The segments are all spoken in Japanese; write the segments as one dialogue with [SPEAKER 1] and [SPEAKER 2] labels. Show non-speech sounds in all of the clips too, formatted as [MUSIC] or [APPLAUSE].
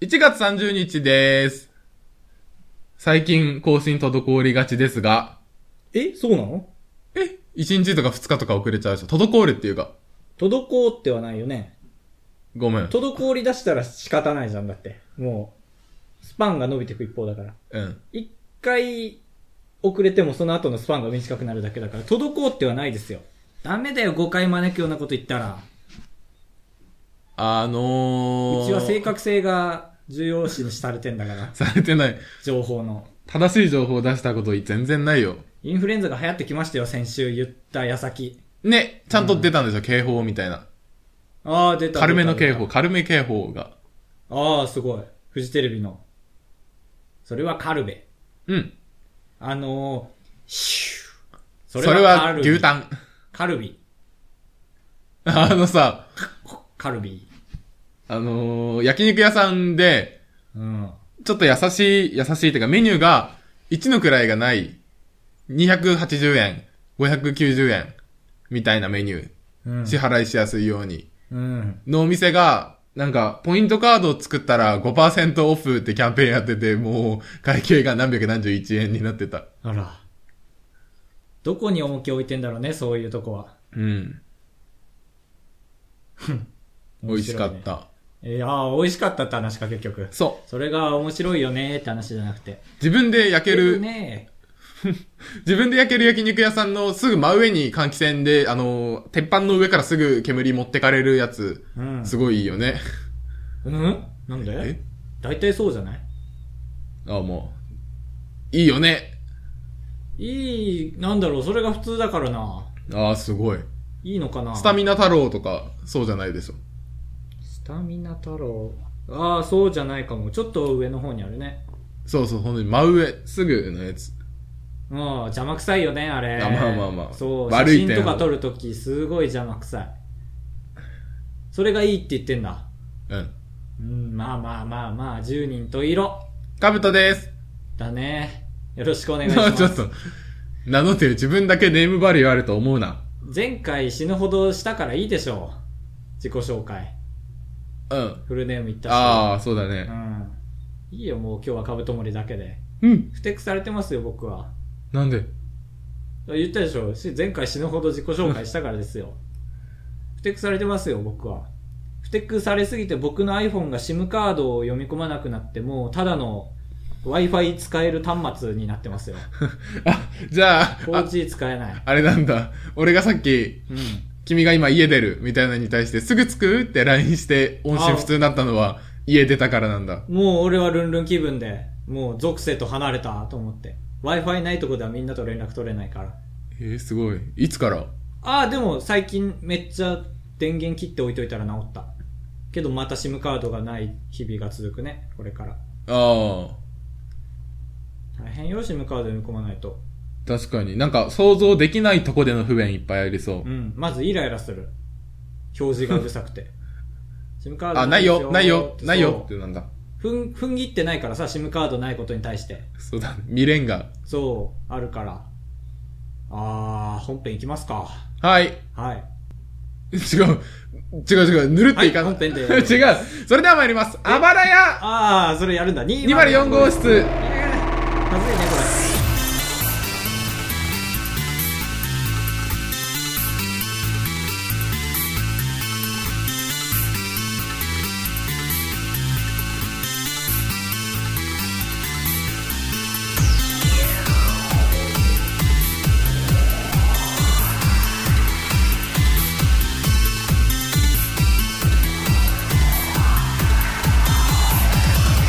[SPEAKER 1] 1月30日です。最近更新滞りがちですが、
[SPEAKER 2] えそうなの
[SPEAKER 1] え ?1 日とか2日とか遅れちゃうでしょ滞るっていうか。
[SPEAKER 2] 滞ってはないよね。
[SPEAKER 1] ごめん。
[SPEAKER 2] 滞り出したら仕方ないじゃんだって。もう、スパンが伸びていく一方だから。
[SPEAKER 1] うん。
[SPEAKER 2] 一回遅れてもその後のスパンが短くなるだけだから、滞ってはないですよ。ダメだよ、誤解招くようなこと言ったら。
[SPEAKER 1] あのー。
[SPEAKER 2] うちは正確性が重要視されてんだから、
[SPEAKER 1] されてない。
[SPEAKER 2] 情報の。
[SPEAKER 1] 正しい情報を出したこと全然ないよ。
[SPEAKER 2] インフルエンザが流行ってきましたよ、先週言った矢先。
[SPEAKER 1] ね、ちゃんと出たんでしょ、警報みたいな。
[SPEAKER 2] ああ、出た。
[SPEAKER 1] 軽めの
[SPEAKER 2] 出
[SPEAKER 1] 警
[SPEAKER 2] た
[SPEAKER 1] 報、。軽め警報が。
[SPEAKER 2] ああ、すごい。フジテレビの。それはカルベ。
[SPEAKER 1] うん。
[SPEAKER 2] あのー、シュー
[SPEAKER 1] そ
[SPEAKER 2] そ
[SPEAKER 1] れは
[SPEAKER 2] カルビ
[SPEAKER 1] 牛タン。 [LAUGHS]
[SPEAKER 2] カルビ。
[SPEAKER 1] あのさ、
[SPEAKER 2] カルビ。
[SPEAKER 1] あのー、焼肉屋さんで、
[SPEAKER 2] うん。
[SPEAKER 1] ちょっと優しい、優しいっていうか、メニューが、1の位がない、280円、590円、みたいなメニュ
[SPEAKER 2] う
[SPEAKER 1] ー。
[SPEAKER 2] ん。
[SPEAKER 1] 支払いしやすいように。
[SPEAKER 2] うん。
[SPEAKER 1] のお店が、なんか、ポイントカードを作ったら5%オフってキャンペーンやってて、もう、会計が何百何十一円になってた。
[SPEAKER 2] あら。どこに重きを置いてんだろうね、そういうとこは。
[SPEAKER 1] うん。美味しかっ
[SPEAKER 2] 面白いね。
[SPEAKER 1] た。
[SPEAKER 2] えーああ、美味しかったって話か、結局。
[SPEAKER 1] そう。
[SPEAKER 2] それが面白いよねって話じゃなくて。
[SPEAKER 1] 自分で焼ける、
[SPEAKER 2] ね
[SPEAKER 1] 自分で焼ける焼肉屋さんのすぐ真上に換気扇で、あの、鉄板の上からすぐ煙持ってかれるやつ、
[SPEAKER 2] うん。
[SPEAKER 1] すごいいいよね。
[SPEAKER 2] うんなんで
[SPEAKER 1] え
[SPEAKER 2] 大体そうじゃない
[SPEAKER 1] あ、もう。いいよね。
[SPEAKER 2] いい、なんだろう、それが普通だからな。
[SPEAKER 1] ああ、すごい。
[SPEAKER 2] いいのかな
[SPEAKER 1] スタミナ太郎とか、そうじゃないでしょ。
[SPEAKER 2] スタミナ太郎。ああ、そうじゃないかも。ちょっと上の方にあるね。
[SPEAKER 1] そうそう、ほんとに真上、すぐのやつ。
[SPEAKER 2] うん、邪魔くさいよね、あれ。
[SPEAKER 1] あまあまあまあ
[SPEAKER 2] そう、
[SPEAKER 1] 悪い
[SPEAKER 2] 写
[SPEAKER 1] 点
[SPEAKER 2] 真とか撮るとき、すごい邪魔くさい。それがいいって言ってんだ。
[SPEAKER 1] うん。
[SPEAKER 2] うん、まあまあまあまあ、10人と色。
[SPEAKER 1] かぶとです。
[SPEAKER 2] だね。よろしくお願いしま
[SPEAKER 1] あ [LAUGHS]
[SPEAKER 2] す。
[SPEAKER 1] ちょっと、名乗ってる自分だけネームバリューあると思うな。
[SPEAKER 2] 前回死ぬほどしたからいいでしょう。自己紹介。
[SPEAKER 1] うん。
[SPEAKER 2] フルネーム言ったし。
[SPEAKER 1] ああ、そうだ
[SPEAKER 2] う
[SPEAKER 1] ね。
[SPEAKER 2] ん。いいよ、もう今日はカブトモリだけで。
[SPEAKER 1] うん。
[SPEAKER 2] 不適されてますよ、僕は。
[SPEAKER 1] なんで
[SPEAKER 2] 言ったでしょし前回死ぬほど自己紹介したからですよ。不適されてますよ、僕は。不適されすぎて僕の iPhone が SIM カードを読み込まなくなって、もうただの Wi-Fi 使える端末になってますよ。
[SPEAKER 1] あ、じゃあ、あ
[SPEAKER 2] 4G 使えない。
[SPEAKER 1] あれなんだ。俺がさっき、
[SPEAKER 2] うん。
[SPEAKER 1] 君が今家出るみたいなのに対してすぐ着くって LINE して音信不通になったのは家出たからなんだ。
[SPEAKER 2] もう俺はルンルン気分で、もう属性と離れたと思って。Wi-Fi ないとこではみんなと連絡取れないから。
[SPEAKER 1] えー、すごい。いつから
[SPEAKER 2] ああ、でも最近めっちゃ電源切って置いといたら治った。けどまた SIM カードがない日々が続くね、これから。
[SPEAKER 1] ああ、
[SPEAKER 2] 大変よ、SIM カード読み込まないと。
[SPEAKER 1] 確かに。なんか想像できないとこでの不便いっぱいありそう
[SPEAKER 2] う。ん。まずイライラする。表示がうるさくて。SIM カード
[SPEAKER 1] あ、ないよ、ないよ、
[SPEAKER 2] そう
[SPEAKER 1] ないよってなんだ。
[SPEAKER 2] ふん、ふんぎってないからさ、SIM カードないことに対して。
[SPEAKER 1] そうだね。未練が。
[SPEAKER 2] そう、あるから。あー、本編いきますか。
[SPEAKER 1] はい。 [LAUGHS]
[SPEAKER 2] はい。
[SPEAKER 1] 違う。違う違う。ぬるっていかない。
[SPEAKER 2] はい本編で
[SPEAKER 1] [LAUGHS] 違う。それでは参ります。あばらや
[SPEAKER 2] あー、それやるんだ。2
[SPEAKER 1] 204号室。
[SPEAKER 2] えーまずいね、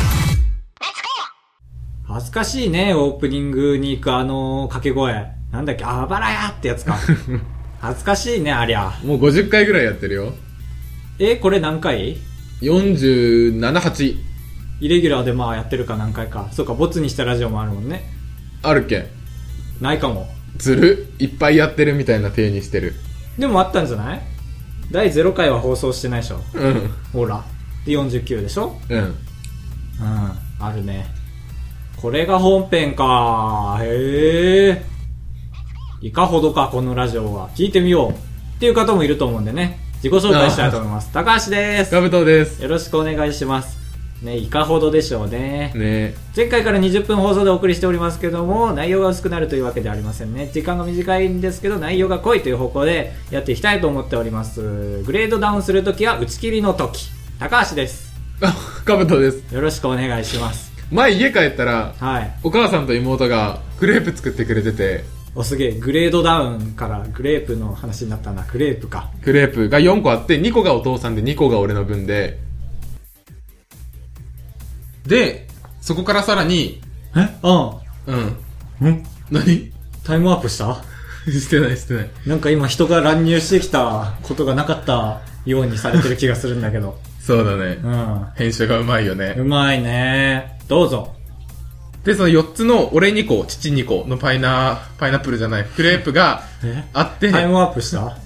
[SPEAKER 2] これ。恥ずかしいね、オープニングに行くあのー掛け声。なんだっけ、あばらやってやつ
[SPEAKER 1] [LAUGHS]
[SPEAKER 2] か。恥ずかしいね、ありゃ。
[SPEAKER 1] もう50回ぐらいやってるよ。
[SPEAKER 2] え、これ何回
[SPEAKER 1] 47、8。
[SPEAKER 2] イレギュラーでまあやってるか何回か。そうか、ボツにしたラジオもあるもんね。
[SPEAKER 1] あるけん。
[SPEAKER 2] ないかも。
[SPEAKER 1] ずるいっぱいやってるみたいな体にしてる。
[SPEAKER 2] でもあったんじゃない第0回は放送してないでしょ。
[SPEAKER 1] うん。
[SPEAKER 2] ほら。で、49でしょ
[SPEAKER 1] うん。
[SPEAKER 2] うん、あるね。これが本編か。へえ。いかほどか、このラジオは。聞いてみよう。っていう方もいると思うんでね。自己紹介したいと思います。高橋です。
[SPEAKER 1] ガブトです。
[SPEAKER 2] よろしくお願いします。ね、いかほどでしょうね。
[SPEAKER 1] ね
[SPEAKER 2] 前回から20分放送でお送りしておりますけども、内容が薄くなるというわけではありませんね。時間が短いんですけど、内容が濃いという方向でやっていきたいと思っております。グレードダウンするときは打ち切りのとき。高橋です。
[SPEAKER 1] あ、かぶとです。
[SPEAKER 2] よろしくお願いします。
[SPEAKER 1] 前家帰ったら、
[SPEAKER 2] はい。
[SPEAKER 1] お母さんと妹がクレープ作ってくれてて、
[SPEAKER 2] おすげえ、グレードダウンからグレープの話になったな。グレープか。
[SPEAKER 1] クレープが4個あって、2個がお父さんで2個が俺の分で、で、そこからさらに、
[SPEAKER 2] えあ
[SPEAKER 1] うん。
[SPEAKER 2] ん。ん
[SPEAKER 1] 何 [LAUGHS]
[SPEAKER 2] タイムアップした
[SPEAKER 1] してないしてない。
[SPEAKER 2] なんか今人が乱入してきたことがなかったようにされてる気がするんだけ [LAUGHS] ど。
[SPEAKER 1] そうだね
[SPEAKER 2] う。ん。
[SPEAKER 1] 編集がうまいよね。
[SPEAKER 2] うまいね。どうぞ。
[SPEAKER 1] で、その4つの俺2個、父2個のパイナ、パイナップルじゃない、クレープが
[SPEAKER 2] え
[SPEAKER 1] あって、
[SPEAKER 2] タイムアップした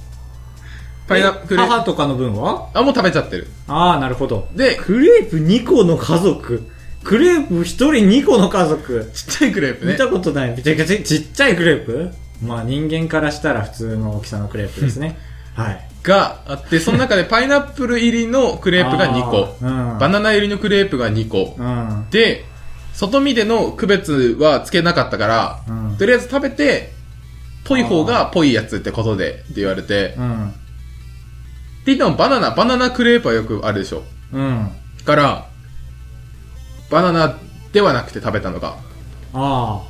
[SPEAKER 1] パイナ
[SPEAKER 2] え
[SPEAKER 1] クレープ、
[SPEAKER 2] 母とかの分は
[SPEAKER 1] あ、もう食べちゃってる。
[SPEAKER 2] ああ、なるほど。
[SPEAKER 1] で、
[SPEAKER 2] クレープ2個の家族。クレープ1人2個の家族。
[SPEAKER 1] ちっちゃいクレープ
[SPEAKER 2] 見
[SPEAKER 1] ね。
[SPEAKER 2] たことない。ちっちゃいクレープまあ人間からしたら普通の大きさのクレープですね。はい。
[SPEAKER 1] があって、その中でパイナップル入りのクレープが2個。
[SPEAKER 2] あ
[SPEAKER 1] バナナ入りのクレープが2個。
[SPEAKER 2] ー
[SPEAKER 1] で、外見での区別はつけなかったから、
[SPEAKER 2] うん。うん。
[SPEAKER 1] とりあえず食べて、ぽい方がぽいやつってことで、って言われて。って
[SPEAKER 2] うん。
[SPEAKER 1] 言ってもバナナ、バナナクレープはよくあるでしょ。
[SPEAKER 2] うん。
[SPEAKER 1] から、バナナではなくて食べたのが。
[SPEAKER 2] ああ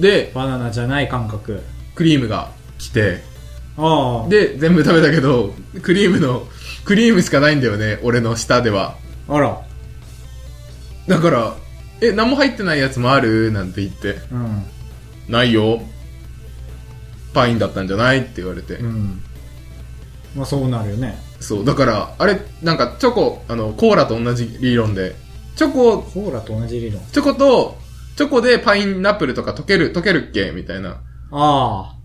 [SPEAKER 1] で
[SPEAKER 2] ー、、バナナじゃない感覚。
[SPEAKER 1] クリームが来て、
[SPEAKER 2] ああ。
[SPEAKER 1] で、全部食べたけど、クリームの、クリームしかないんだよね、俺の下では。
[SPEAKER 2] あら。
[SPEAKER 1] だから、え、何も入ってないやつもあるなんて言って、
[SPEAKER 2] うん。
[SPEAKER 1] ないよ。パインだったんじゃないって言われて。
[SPEAKER 2] うん。まあそうなるよね。
[SPEAKER 1] そう、だから、あれ、なんかチョコ、あの、コーラと同じ理論で、チョコ、
[SPEAKER 2] コーラと同じ理論。
[SPEAKER 1] チョコと、チョコでパイナップルとか溶ける、溶けるっけみたいな。
[SPEAKER 2] あ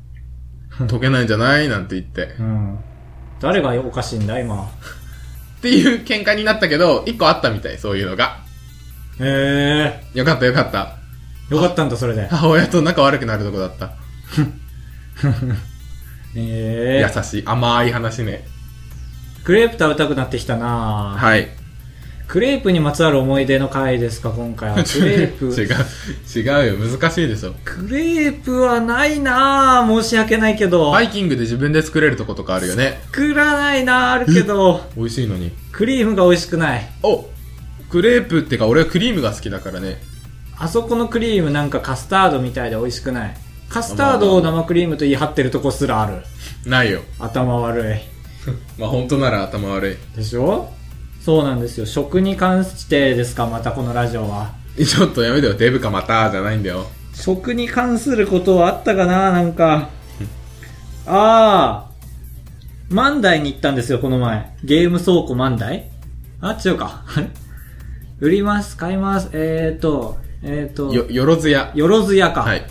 [SPEAKER 1] 溶けないんじゃないなんて言って。
[SPEAKER 2] あ。うん。誰がおかしいんだ、今。
[SPEAKER 1] っていう喧嘩になったけど、一個あったみたい、そういうのが。
[SPEAKER 2] へ
[SPEAKER 1] よかったよかった。
[SPEAKER 2] え。よかったんだ、それで。
[SPEAKER 1] 母親と仲悪くなるとこだった。
[SPEAKER 2] ええ。
[SPEAKER 1] 優しい、甘い話ね。
[SPEAKER 2] クレープ食べたくなってきたな、
[SPEAKER 1] はい。
[SPEAKER 2] クレープにまつわる思い出の回ですか、今回は。クレー
[SPEAKER 1] [LAUGHS] 違
[SPEAKER 2] プ。
[SPEAKER 1] う、違うよ、難しいでしょ。
[SPEAKER 2] クレープはないなぁ。申し訳ないけど。
[SPEAKER 1] バイキングで自分で作れるとことかあるよね。
[SPEAKER 2] 作らないなぁ、あるけど。
[SPEAKER 1] 美味しいのに。
[SPEAKER 2] クリームが美味しくない。
[SPEAKER 1] おクレープってか、俺はクリームが好きだからね。
[SPEAKER 2] あそこのクリームなんかカスタードみたいで美味しくない。カスタードを生クリームと言い張ってるとこすらある。
[SPEAKER 1] ないよ。
[SPEAKER 2] 頭悪い。
[SPEAKER 1] まあ本当なら頭悪
[SPEAKER 2] でしょそうなんですよ。食に関してですか、またこのラジオは。
[SPEAKER 1] い。ちょっとやめてよ、デブかまた、じゃないんだよ。
[SPEAKER 2] 食に関することはあったかななんか。ああ。万代に行ったんですよ、この前。ゲーム倉庫万代あ、違うか。 [LAUGHS] あれ売ります、買います。えーと、えーと、
[SPEAKER 1] よ、よろずや。
[SPEAKER 2] よろずやか。
[SPEAKER 1] はい。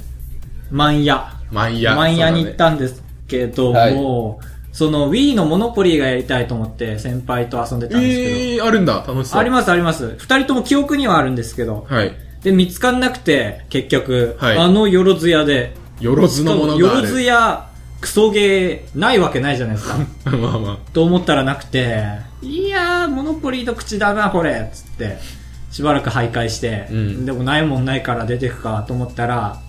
[SPEAKER 2] 万屋。
[SPEAKER 1] マンヤ。
[SPEAKER 2] マン屋に行っ
[SPEAKER 1] そうだね。
[SPEAKER 2] たんですけども、
[SPEAKER 1] はい
[SPEAKER 2] その Wii のモノポリーがやりたいと思って先輩と遊んでたんですけど、
[SPEAKER 1] えー、あるんだ、楽しそう。
[SPEAKER 2] ありますあります。二人とも記憶にはあるんですけど、
[SPEAKER 1] はい。
[SPEAKER 2] で、見つかんなくて、結局、
[SPEAKER 1] はい
[SPEAKER 2] あのよろず屋で、
[SPEAKER 1] よろずのもの
[SPEAKER 2] よ
[SPEAKER 1] があ
[SPEAKER 2] ろ
[SPEAKER 1] る。
[SPEAKER 2] ず屋、クソゲー、ないわけないじゃないです [LAUGHS] か。
[SPEAKER 1] まあまあ。
[SPEAKER 2] と思ったらなくて、いやー、モノポリーと口だな、これつって、しばらく徘徊して、
[SPEAKER 1] うん
[SPEAKER 2] でもないもんないから出てくかと思ったら、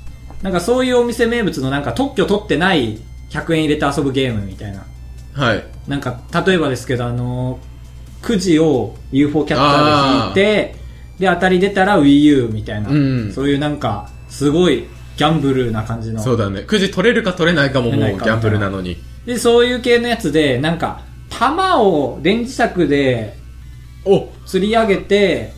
[SPEAKER 2] なんかそういうお店名物のなんか特許取ってない100円入れて遊ぶゲームみたいな。
[SPEAKER 1] はい。
[SPEAKER 2] なんか、例えばですけど、あのー、くじを UFO キャッチャーで引いて、で、当たり出たら Wii U みたいな、
[SPEAKER 1] うん
[SPEAKER 2] そういうなんか、すごいギャンブルな感じの。
[SPEAKER 1] そうだね。くじ取れるか取れないかももう
[SPEAKER 2] 取
[SPEAKER 1] ギ
[SPEAKER 2] れないか
[SPEAKER 1] ャンブルなのに。
[SPEAKER 2] で、そういう系のやつで、なんか、玉を電磁石で
[SPEAKER 1] お
[SPEAKER 2] 釣り上げて、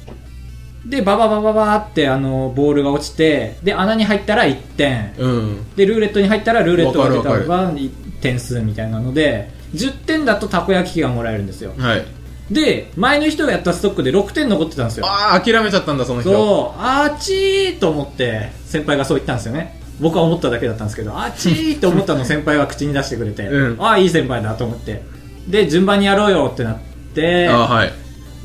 [SPEAKER 2] で、バババババーって、あの、ボールが落ちて、で、穴に入ったら1点。
[SPEAKER 1] うん。
[SPEAKER 2] で、ルーレットに入ったらルーレットが出た
[SPEAKER 1] わかる
[SPEAKER 2] のが点数みたいなので、10点だとたこ焼き器がもらえるんですよ。
[SPEAKER 1] はい。
[SPEAKER 2] で、前の人がやったストックで6点残ってたんですよ。
[SPEAKER 1] ああ、諦めちゃったんだ、その人。
[SPEAKER 2] そう、あーちーと思って、先輩がそう言ったんですよね。僕は思っただけだったんですけど、あーちーと思ったのを先輩が口に出してくれて、
[SPEAKER 1] うん
[SPEAKER 2] ああ、いい先輩だと思って。で、順番にやろうよってなって、
[SPEAKER 1] ああ、はい。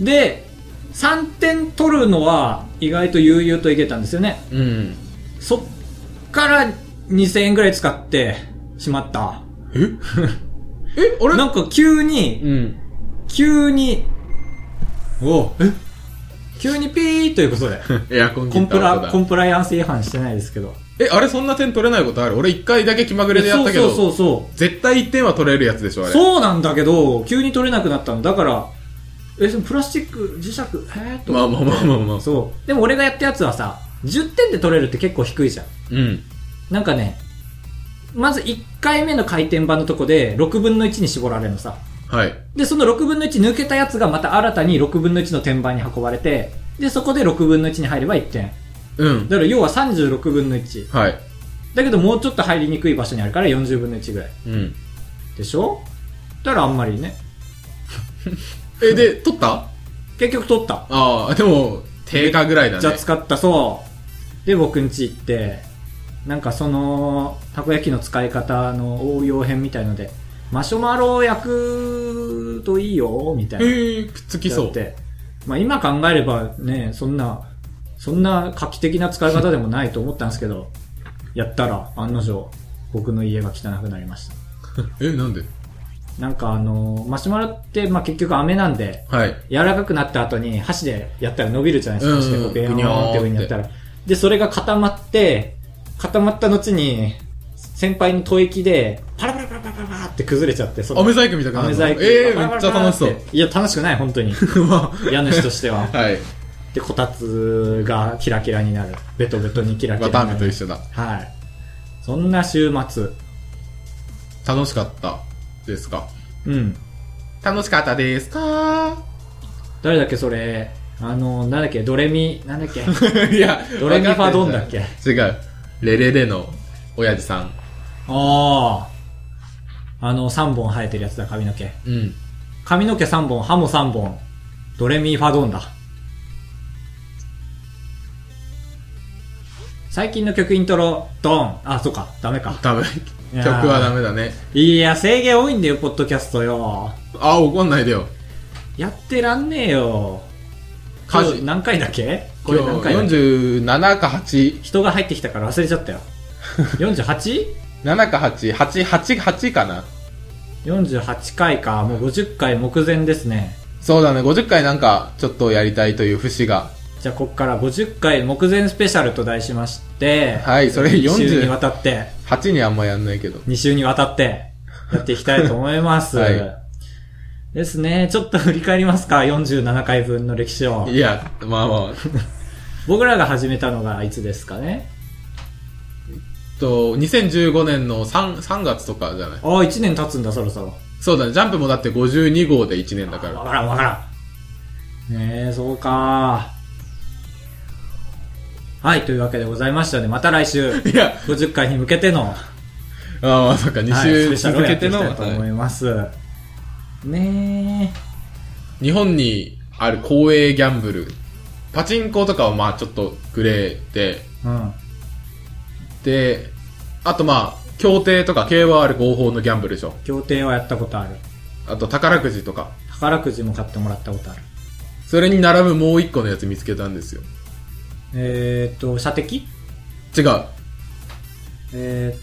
[SPEAKER 2] で、3点取るのは意外と悠々といけたんですよね。
[SPEAKER 1] うん。
[SPEAKER 2] そっから2000円ぐらい使ってしまった。
[SPEAKER 1] ええあれ
[SPEAKER 2] なんか急に、
[SPEAKER 1] うん。
[SPEAKER 2] 急に、おえ急にピーという
[SPEAKER 1] [LAUGHS]
[SPEAKER 2] ことで。
[SPEAKER 1] エアコン切
[SPEAKER 2] コ
[SPEAKER 1] っ
[SPEAKER 2] ン
[SPEAKER 1] た
[SPEAKER 2] プ
[SPEAKER 1] 音
[SPEAKER 2] ラ、
[SPEAKER 1] だ
[SPEAKER 2] コ。ンプライアンス違反してないですけど。
[SPEAKER 1] え、あれそんな点取れないことある俺一回だけ気まぐれでやっ
[SPEAKER 2] そう
[SPEAKER 1] たけ
[SPEAKER 2] そ
[SPEAKER 1] ど、
[SPEAKER 2] うそうそ
[SPEAKER 1] 絶対一点は取れるやつでしょ、あ
[SPEAKER 2] う。
[SPEAKER 1] れ。
[SPEAKER 2] そうなんだけど、急に取れなくなったの。だから、え、そのプラスチック、磁石、えーっと。
[SPEAKER 1] まあまあまあまあまあ。
[SPEAKER 2] そう。でも俺がやったやつはさ、10点で取れるって結構低いじゃん。
[SPEAKER 1] うん。
[SPEAKER 2] なんかね、まず1回目の回転板のとこで6分の1に絞られるのさ。
[SPEAKER 1] はい。
[SPEAKER 2] で、その6分の1抜けたやつがまた新たに6分の1の天板に運ばれて、で、そこで6分の1に入れば1点。
[SPEAKER 1] うん。
[SPEAKER 2] だから要は36分の1。
[SPEAKER 1] はい。
[SPEAKER 2] だけどもうちょっと入りにくい場所にあるから40分の1ぐらい。
[SPEAKER 1] うん。
[SPEAKER 2] でしょだからあんまりね。
[SPEAKER 1] え、で、取った
[SPEAKER 2] 結局取った。
[SPEAKER 1] ああ、でも、定価ぐらいだね。
[SPEAKER 2] じゃあ使った、そう。で、僕ん家行って、なんかその、たこ焼きの使い方の応用編みたいので、マシュマロを焼くといいよ、みたいな。
[SPEAKER 1] えー、くっつきそ
[SPEAKER 2] やっ
[SPEAKER 1] う。
[SPEAKER 2] てまあ今考えればね、そんな、そんな画期的な使い方でもないと思ったんですけど、やったら案の定、僕の家が汚くなりました。
[SPEAKER 1] え、なんで
[SPEAKER 2] なんかあの、マシュマロって、まあ結局飴なんで、
[SPEAKER 1] はい。
[SPEAKER 2] 柔らかくなった後に箸でやったら伸びるじゃないですか。
[SPEAKER 1] うん
[SPEAKER 2] してこうベヨーンって上にやったら。で、それが固まって、固まった後に、先輩の吐息で、パラパラパラパラパラって崩れちゃって、その
[SPEAKER 1] 飴細工みたいな
[SPEAKER 2] 飴細工
[SPEAKER 1] ええ
[SPEAKER 2] パラ
[SPEAKER 1] め
[SPEAKER 2] パ
[SPEAKER 1] っ
[SPEAKER 2] ラ
[SPEAKER 1] ち
[SPEAKER 2] パ
[SPEAKER 1] ゃ
[SPEAKER 2] ラパラ
[SPEAKER 1] 楽しそ
[SPEAKER 2] っていや、楽しくない、本当に。
[SPEAKER 1] う。 [LAUGHS] ま
[SPEAKER 2] 家主としては。
[SPEAKER 1] あ、はい。
[SPEAKER 2] で、こたつがキラキラになる。ベトベトにキラキラ
[SPEAKER 1] わ
[SPEAKER 2] にな
[SPEAKER 1] た
[SPEAKER 2] る。
[SPEAKER 1] あめと一緒だ。
[SPEAKER 2] はい。そんな週末。
[SPEAKER 1] 楽しかったですか
[SPEAKER 2] うん。
[SPEAKER 1] 楽しかったですか
[SPEAKER 2] 誰だっけ、それ。あの、なんだっけ、ドレミ、なんだっけ。
[SPEAKER 1] [LAUGHS] いや、
[SPEAKER 2] ドレミフ
[SPEAKER 1] わか
[SPEAKER 2] ァ
[SPEAKER 1] って
[SPEAKER 2] ド
[SPEAKER 1] る
[SPEAKER 2] ンだっけ。あ
[SPEAKER 1] 違う。レレレの親父さん。
[SPEAKER 2] あー。あの、3本生えてるやつだ、髪の毛。
[SPEAKER 1] うん。
[SPEAKER 2] 髪の毛3本、歯も3本。ドレミファドンだ。最近の曲イントロ、ドン。あ、そうか、ダメか。
[SPEAKER 1] ダメ。
[SPEAKER 2] いや
[SPEAKER 1] 曲
[SPEAKER 2] ー
[SPEAKER 1] はダメだね。
[SPEAKER 2] いや、制限多いんだよ、ポッドキャストよ。
[SPEAKER 1] あ、怒んないでよ。
[SPEAKER 2] やってらんねえよ。
[SPEAKER 1] 家事
[SPEAKER 2] 今日何回だっけこ
[SPEAKER 1] 今
[SPEAKER 2] れ
[SPEAKER 1] 日
[SPEAKER 2] 何回だっけ
[SPEAKER 1] 47か8。
[SPEAKER 2] 人が入ってきたから忘れちゃったよ。48?48
[SPEAKER 1] 7か8。8、8、8かな。
[SPEAKER 2] 回か。もう50回目前ですね。
[SPEAKER 1] そうだね、50回なんか、ちょっとやりたいという節が。
[SPEAKER 2] じゃあ、こっから50回目前スペシャルと題しまして。
[SPEAKER 1] はいそれ40
[SPEAKER 2] 2週にわたって、
[SPEAKER 1] 8にあんまやんないけど。
[SPEAKER 2] 2週にわたって、やっていきたいと思います。
[SPEAKER 1] はい
[SPEAKER 2] ですね。ちょっと振り返りますか。47回分の歴史を。
[SPEAKER 1] いや、まあまあ。 [LAUGHS]
[SPEAKER 2] 僕らが始めたのがいつですかね。
[SPEAKER 1] と、2015年の3、3月とかじゃない。
[SPEAKER 2] ああ、1年経つんだ、そろそろ。
[SPEAKER 1] そうだね、ジャンプもだって52号で1年だから
[SPEAKER 2] わ。からんわからん。ねえ、そうか。はい、というわけでございましたね。また来週、
[SPEAKER 1] [LAUGHS] いや、
[SPEAKER 2] 50回に向けての、
[SPEAKER 1] ああ、まあそっか、2
[SPEAKER 2] はいス
[SPEAKER 1] 週
[SPEAKER 2] ペシャル
[SPEAKER 1] 続
[SPEAKER 2] をや
[SPEAKER 1] け
[SPEAKER 2] って
[SPEAKER 1] て
[SPEAKER 2] いき
[SPEAKER 1] の、
[SPEAKER 2] たいと思
[SPEAKER 1] はい
[SPEAKER 2] ます。ね
[SPEAKER 1] い日本にある公営ギャンブル。パチンコとかはまあちょっとグレーで、
[SPEAKER 2] え、うん。
[SPEAKER 1] で、あとまあ、協定とか KOR 合法のギャンブルでしょ。
[SPEAKER 2] 協定はやったことある。
[SPEAKER 1] あと宝くじとか。
[SPEAKER 2] 宝くじも買ってもらったことある。
[SPEAKER 1] それに並ぶもう一個のやつ見つけたんですよ。
[SPEAKER 2] えっ、ー、と、射的
[SPEAKER 1] 違う。、
[SPEAKER 2] えっ、ー、 [LAUGHS]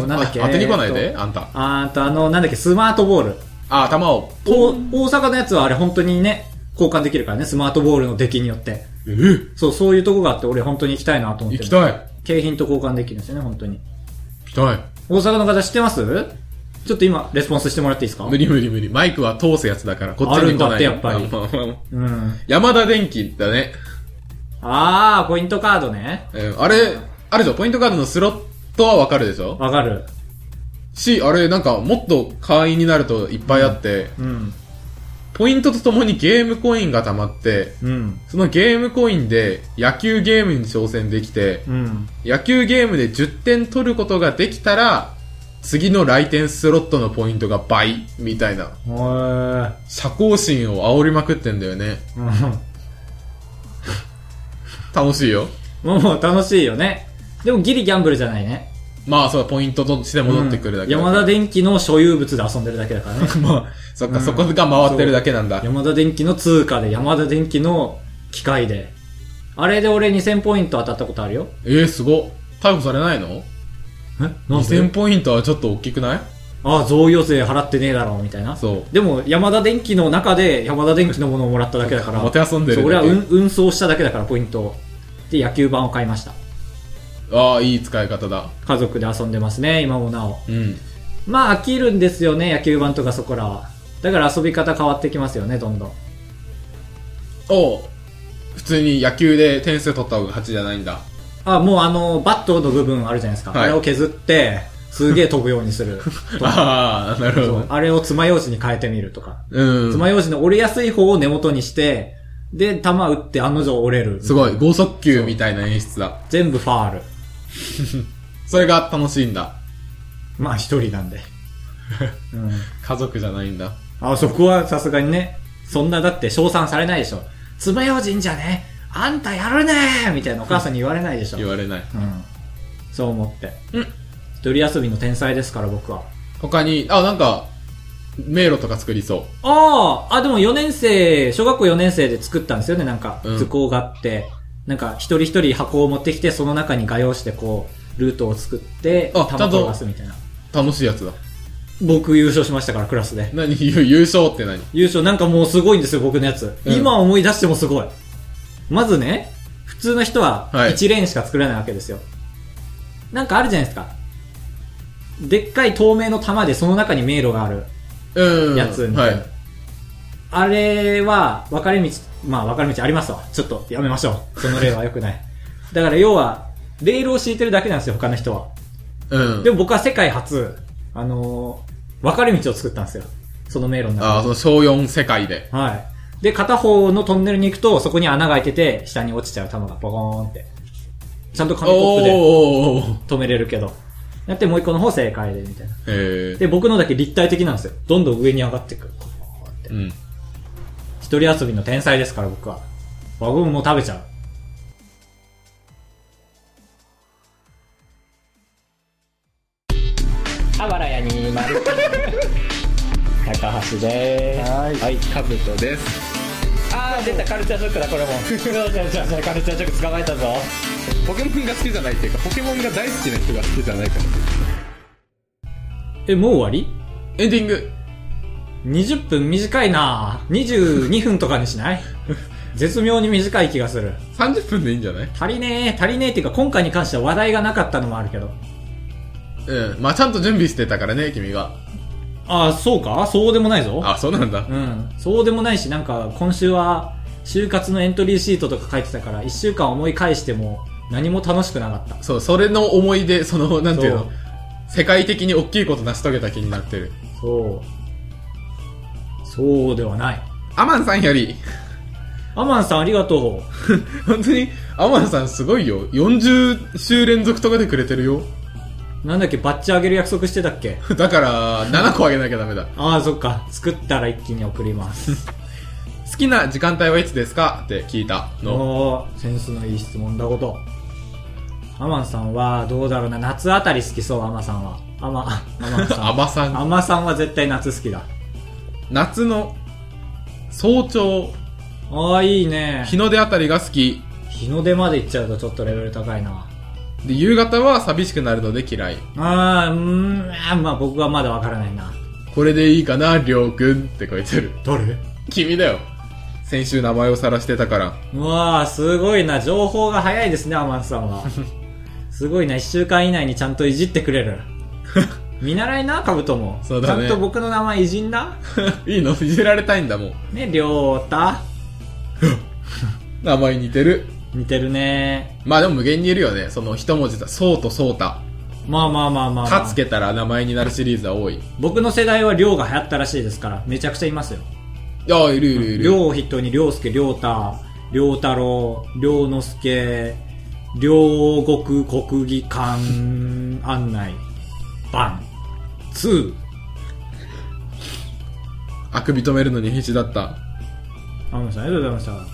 [SPEAKER 2] となんだっけ
[SPEAKER 1] あ当てに来ない
[SPEAKER 2] え
[SPEAKER 1] で、
[SPEAKER 2] ーと
[SPEAKER 1] あんた。
[SPEAKER 2] あーと、あの、なんだっけ、スマートボール。
[SPEAKER 1] あ、頭を。
[SPEAKER 2] と大阪のやつはあれ本当にね、交換できるからね、スマートボールの出来によって。
[SPEAKER 1] え
[SPEAKER 2] そう、そういうとこがあって、俺本当に行きたいなと思って
[SPEAKER 1] 行
[SPEAKER 2] る。
[SPEAKER 1] きたい。
[SPEAKER 2] 景品と交換できるんですよね、本当に。
[SPEAKER 1] 行きたい。
[SPEAKER 2] 大阪の方知ってますちょっと今、レスポンスしてもらっていいですか
[SPEAKER 1] 無理無理無理。マイクは通すやつだから、こっちに来ない。
[SPEAKER 2] あるんだってやっぱり
[SPEAKER 1] まあまあまあ
[SPEAKER 2] うん。
[SPEAKER 1] 山田電機だね。
[SPEAKER 2] あー、ポイントカードね。
[SPEAKER 1] えーあれ、あれでしょ、ポイントカードのスロットはわかるでしょ
[SPEAKER 2] わかる。
[SPEAKER 1] し、あれ、なんか、もっと会員になるといっぱいあって、
[SPEAKER 2] うん。
[SPEAKER 1] ポイントとともにゲームコインが溜まって、
[SPEAKER 2] うん。
[SPEAKER 1] そのゲームコインで野球ゲームに挑戦できて、
[SPEAKER 2] うん。
[SPEAKER 1] 野球ゲームで10点取ることができたら、次の来店スロットのポイントが倍、みたいな。
[SPEAKER 2] へー。
[SPEAKER 1] 社交心を煽りまくってんだよね。
[SPEAKER 2] うん
[SPEAKER 1] 楽しいよ。
[SPEAKER 2] もう [LAUGHS] 楽しいよね。でもギリギャンブルじゃないね。
[SPEAKER 1] まあ、そう、ポイントとして戻ってくるだけだ
[SPEAKER 2] うん
[SPEAKER 1] から
[SPEAKER 2] 山田電機の所有物で遊んでるだけだからね。
[SPEAKER 1] [LAUGHS] まあ、そっか、
[SPEAKER 2] うん
[SPEAKER 1] そこが回ってるだけなんだ。
[SPEAKER 2] 山田電機の通貨で、山田電機の機械で。あれで俺2000ポイント当たったことあるよ。
[SPEAKER 1] えー、すごっ。逮捕されないの
[SPEAKER 2] えなんで
[SPEAKER 1] ?2000 ポイントはちょっと大きくない
[SPEAKER 2] ああ、贈与税払ってねえだろうみたいな。
[SPEAKER 1] そ
[SPEAKER 2] でも、山田電機の中で山田電機のものをもらっただけだから、
[SPEAKER 1] う。もて遊んで
[SPEAKER 2] そう
[SPEAKER 1] る
[SPEAKER 2] 俺
[SPEAKER 1] だ
[SPEAKER 2] は
[SPEAKER 1] け。
[SPEAKER 2] 運運送しただけだから、ポイントをで、野球盤を買いました。
[SPEAKER 1] ああ、いい使い方だ。
[SPEAKER 2] 家族で遊んでますね、今もなお。
[SPEAKER 1] うん。
[SPEAKER 2] まあ飽きるんですよね、野球盤とかそこらは。だから遊び方変わってきますよね、どんどん。
[SPEAKER 1] おう普通に野球で点数取った方が勝ちじゃないんだ。
[SPEAKER 2] あ、もうあの、バットの部分あるじゃないですか。
[SPEAKER 1] はい
[SPEAKER 2] あれを削って、すげえ飛ぶように
[SPEAKER 1] [LAUGHS]
[SPEAKER 2] する。
[SPEAKER 1] ああ、なるほ
[SPEAKER 2] そ
[SPEAKER 1] ど。
[SPEAKER 2] う [LAUGHS] あれを爪楊枝に変えてみるとか。
[SPEAKER 1] うん。
[SPEAKER 2] 爪楊枝の折れやすい方を根元にして、で、球打って案の定折れる。
[SPEAKER 1] すごい、剛速球みたいな演出だ。
[SPEAKER 2] 全部ファール。
[SPEAKER 1] それが楽しいんだ。
[SPEAKER 2] まあ一人
[SPEAKER 1] [LAUGHS]
[SPEAKER 2] なんで。うん。
[SPEAKER 1] 家族じゃないんだ。
[SPEAKER 2] あ、そこはさすがにね。そんなだって称賛されないでしょ。爪楊枝いいんじゃねあんたやるねーみたいなお母さんに言われないでしょ。
[SPEAKER 1] 言われない。
[SPEAKER 2] うん。そう思って。
[SPEAKER 1] うん
[SPEAKER 2] 一人遊びの天才ですから、僕は。
[SPEAKER 1] 他に、あ、なんか、迷路とか作りそ
[SPEAKER 2] ああ、あ、でも4年生、小学校4年生で作ったんですよね、なんか、
[SPEAKER 1] うん
[SPEAKER 2] 図工があって。なんか、一人一人箱を持ってきて、その中に画用して、こう、ルートを作って、
[SPEAKER 1] あ
[SPEAKER 2] 弾
[SPEAKER 1] ちゃんと
[SPEAKER 2] を出すみたいな。
[SPEAKER 1] う。楽しいやつだ。
[SPEAKER 2] 僕優勝しましたから、クラスで。
[SPEAKER 1] 何 [LAUGHS] ゆ優勝って何
[SPEAKER 2] 優勝、なんかもうすごいんですよ、僕のやつ。
[SPEAKER 1] うん
[SPEAKER 2] 今思い出してもすごい。まずね、普通の人は
[SPEAKER 1] はい
[SPEAKER 2] 1レーンしか作れないわけですよ。なんかあるじゃないですか。でっかい透明の玉でその中に迷路がある。
[SPEAKER 1] うん。
[SPEAKER 2] やつみ
[SPEAKER 1] は
[SPEAKER 2] たい
[SPEAKER 1] い
[SPEAKER 2] な。あれは、分かれ道、まあ分かれ道ありますわ。ちょっとやめましょう。その例は良くない。 [LAUGHS] だから要は、レールを敷いてるだけなんですよ、他の人は。
[SPEAKER 1] うん。
[SPEAKER 2] で
[SPEAKER 1] も、
[SPEAKER 2] も僕は世界初、あのー分かれ道を作ったんですよ。その迷路の
[SPEAKER 1] ああ、
[SPEAKER 2] 中
[SPEAKER 1] その小4世界で。
[SPEAKER 2] で。はい。で、片方のトンネルに行くと、そこに穴が開いてて、下に落ちちゃう球がポコーンって。ちゃんと紙コップで
[SPEAKER 1] おーおーおー
[SPEAKER 2] 止めれるけど。だってもう一個の方正解で、みたいな。
[SPEAKER 1] へえ。
[SPEAKER 2] で、僕のだけ立体的なんですよ。どんどん上に上がっていく。って
[SPEAKER 1] うん。
[SPEAKER 2] 一人遊びの天才ですから僕は。輪ゴムも食べちゃう。あばらやにま [LAUGHS] る。高橋でーす。
[SPEAKER 1] はい
[SPEAKER 2] はい。
[SPEAKER 1] カブトです。
[SPEAKER 2] あー、出たカルチャーショックだ、これも。 [LAUGHS] そうそうそうそうカルチャーショック捕まえたぞ。
[SPEAKER 1] ポケモンが好きじゃないっていうか、ポケモンが大好きな人が好きじゃないから。
[SPEAKER 2] え、もう終わり
[SPEAKER 1] エンディング。
[SPEAKER 2] ?20 分短いな22分とかにし [LAUGHS] ない絶妙に短い気がする。
[SPEAKER 1] 30分でいいんじゃない
[SPEAKER 2] 足りねえ、足りねえっていうか今回に関しては話題がなかったのもあるけど。
[SPEAKER 1] うん。まあちゃんと準備してたからね、君が。
[SPEAKER 2] あー、そうかそうでもないぞ。
[SPEAKER 1] あ、そうなんだ。
[SPEAKER 2] うん、そうでもないし、なんか今週は就活のエントリーシートとか書いてたから、1週間思い返しても何も楽しくなかった。
[SPEAKER 1] そう、それの思い出、その、なんていう
[SPEAKER 2] そ
[SPEAKER 1] の
[SPEAKER 2] う、
[SPEAKER 1] 世界的に大きいこと成し遂げた気になってる。
[SPEAKER 2] そう。そうではない。
[SPEAKER 1] アマンさんより、 [LAUGHS]
[SPEAKER 2] アマンさんありがと
[SPEAKER 1] 本当に、アマンさんすごいよ。40週連続とかでくれてるよ。
[SPEAKER 2] う。なんだっけ、バッチあげる約束してたっけ
[SPEAKER 1] だから、7個あげなきゃダメだ。
[SPEAKER 2] ああ、そっか。作ったら一気に送ります。
[SPEAKER 1] 好きな時間帯はいつですかって聞いたの。
[SPEAKER 2] [LAUGHS] おーセンスのいい質問だこと。アマンさんは、どうだろうな。夏あたり好きそう、アマさんは。アマ、あアマンさ
[SPEAKER 1] ア
[SPEAKER 2] ん。
[SPEAKER 1] マさん、
[SPEAKER 2] アマさんは絶対夏好きだ。
[SPEAKER 1] 夏の早朝、
[SPEAKER 2] ああ、いいね。
[SPEAKER 1] 日の出あたりが好き。
[SPEAKER 2] 日の出まで行っちゃうとちょっとレベル高いな
[SPEAKER 1] で、夕方は寂しくなるので嫌い。
[SPEAKER 2] あーうーんあーまあ僕はまだわからないな
[SPEAKER 1] これでいいかな、りょうくんって書いてる。
[SPEAKER 2] 誰
[SPEAKER 1] 君だよ。先週名前を晒してたから。 [LAUGHS]
[SPEAKER 2] うわあすごいな情報が早いですねアマンさ
[SPEAKER 1] [LAUGHS]
[SPEAKER 2] んはすごいな1週間以内にちゃんといじってく
[SPEAKER 1] [LAUGHS]
[SPEAKER 2] れる見習いなカブトも
[SPEAKER 1] そうだね
[SPEAKER 2] ちゃんと僕の名前いじんない
[SPEAKER 1] いのいじられたいんだもん。
[SPEAKER 2] ねりょうた
[SPEAKER 1] 名前似てる。
[SPEAKER 2] 似てるね
[SPEAKER 1] まあでも無限にいるよね。その一文字だ。そうとそうた。
[SPEAKER 2] まあまあまあまあ、まあ、
[SPEAKER 1] かつけたら名前になるシリーズは多い。
[SPEAKER 2] 僕の世代はりょうが流行ったらしいですからめちゃくちゃいますよ
[SPEAKER 1] ああ、いるいるいる。
[SPEAKER 2] りょうを筆頭にりょうすけりょうたりょうたろうりょうのすけ両国国技館案内版2
[SPEAKER 1] あくび止めるのに必死だった。
[SPEAKER 2] あむさんありがとうございまし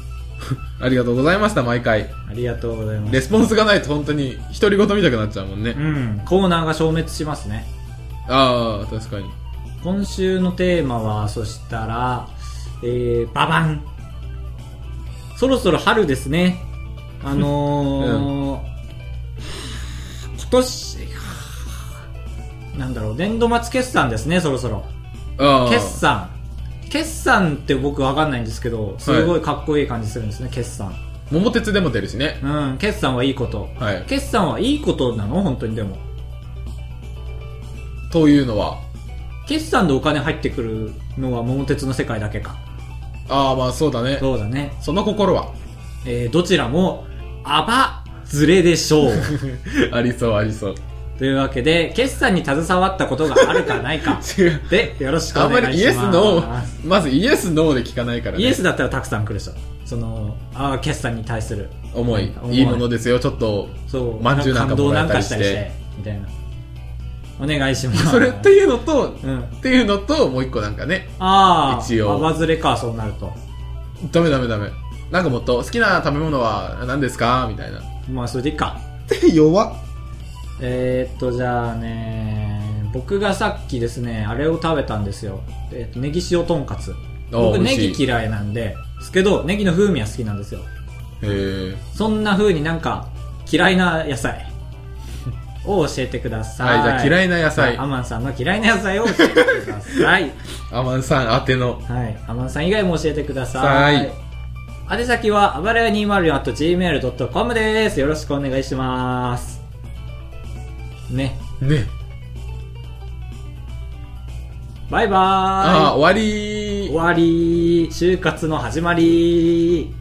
[SPEAKER 1] ありがとうございました、毎回。
[SPEAKER 2] たありがとうございま
[SPEAKER 1] レ
[SPEAKER 2] す
[SPEAKER 1] スポンスがないと本当に独り言見たくなっちゃうもんね
[SPEAKER 2] う。んコーナーが消滅しますね
[SPEAKER 1] ああ、確かに。
[SPEAKER 2] 今週のテーマはそしたらえー、ババンそろそろ春ですねあのー今年なんだろう、年度末決算ですね、そろそろ。
[SPEAKER 1] ああ。
[SPEAKER 2] 決算。決算って僕わかんないんですけど、すごいかっこいい感じするんですね、決算。
[SPEAKER 1] 桃鉄でも出るしね。
[SPEAKER 2] うん、決算はいいこと。
[SPEAKER 1] はい。
[SPEAKER 2] 決算はいいことなの本当にでも。
[SPEAKER 1] というのは。
[SPEAKER 2] 決算でお金入ってくるのは桃鉄の世界だけか。
[SPEAKER 1] ああ、まあそうだね。
[SPEAKER 2] そうだね。
[SPEAKER 1] その心は [LAUGHS]
[SPEAKER 2] えーどちらも、あば、ずれでし
[SPEAKER 1] [LAUGHS]
[SPEAKER 2] ょう。
[SPEAKER 1] ありそう、ありそう。
[SPEAKER 2] というわけで、決算に携わったことがあるかないか。
[SPEAKER 1] 違う。
[SPEAKER 2] で、よろしく
[SPEAKER 1] あ
[SPEAKER 2] お
[SPEAKER 1] んま
[SPEAKER 2] 願い
[SPEAKER 1] りイ
[SPEAKER 2] しま
[SPEAKER 1] エ
[SPEAKER 2] す。
[SPEAKER 1] ス、ノー、まずイエス、ノーで聞かないからね。
[SPEAKER 2] イエスだったらたくさん来るでしょ。その、ああ、決算に対する。
[SPEAKER 1] 重い
[SPEAKER 2] 重。い
[SPEAKER 1] いいものですよ、ちょっと。
[SPEAKER 2] そう、
[SPEAKER 1] まんじゅうなんか
[SPEAKER 2] 感動
[SPEAKER 1] もら
[SPEAKER 2] なん
[SPEAKER 1] えた
[SPEAKER 2] か
[SPEAKER 1] り
[SPEAKER 2] し
[SPEAKER 1] して
[SPEAKER 2] たりして、みたいな。お願い
[SPEAKER 1] [LAUGHS]
[SPEAKER 2] します。
[SPEAKER 1] それっていうのと、
[SPEAKER 2] うん。あ
[SPEAKER 1] っていうのと、もう一個なんかね。
[SPEAKER 2] あ、
[SPEAKER 1] 一応
[SPEAKER 2] あばずれか、そうなると。
[SPEAKER 1] ダメダメダメ。なんかもっと、好きな食べ物は何ですかみたいな。
[SPEAKER 2] まあ、それでいいか。
[SPEAKER 1] 弱っ。
[SPEAKER 2] えー、っと、じゃあね、僕がさっきですね、あれを食べたんですよ。えーっと、ネギ塩とんかつ。僕、ネギ
[SPEAKER 1] い。
[SPEAKER 2] 嫌いなんで、ですけど、ネギの風味は好きなんですよ。
[SPEAKER 1] へえ。
[SPEAKER 2] そんな風になんか、嫌いな
[SPEAKER 1] [LAUGHS]
[SPEAKER 2] 野菜を教えてくだ
[SPEAKER 1] は
[SPEAKER 2] さい。
[SPEAKER 1] い、じゃあ嫌いな野
[SPEAKER 2] はい
[SPEAKER 1] 菜
[SPEAKER 2] ア。マンさんの嫌いな野菜を教えてくだ
[SPEAKER 1] [LAUGHS]
[SPEAKER 2] さい。
[SPEAKER 1] アマンさん宛ての。
[SPEAKER 2] はい。アマンさん以外も教えてください。
[SPEAKER 1] はい
[SPEAKER 2] 宛先は、あばらや 204.gmail.com です。よろしくお願いします。ね。
[SPEAKER 1] ね。
[SPEAKER 2] バイバーイ。
[SPEAKER 1] ああ、終わりー
[SPEAKER 2] 終わり就活の始まり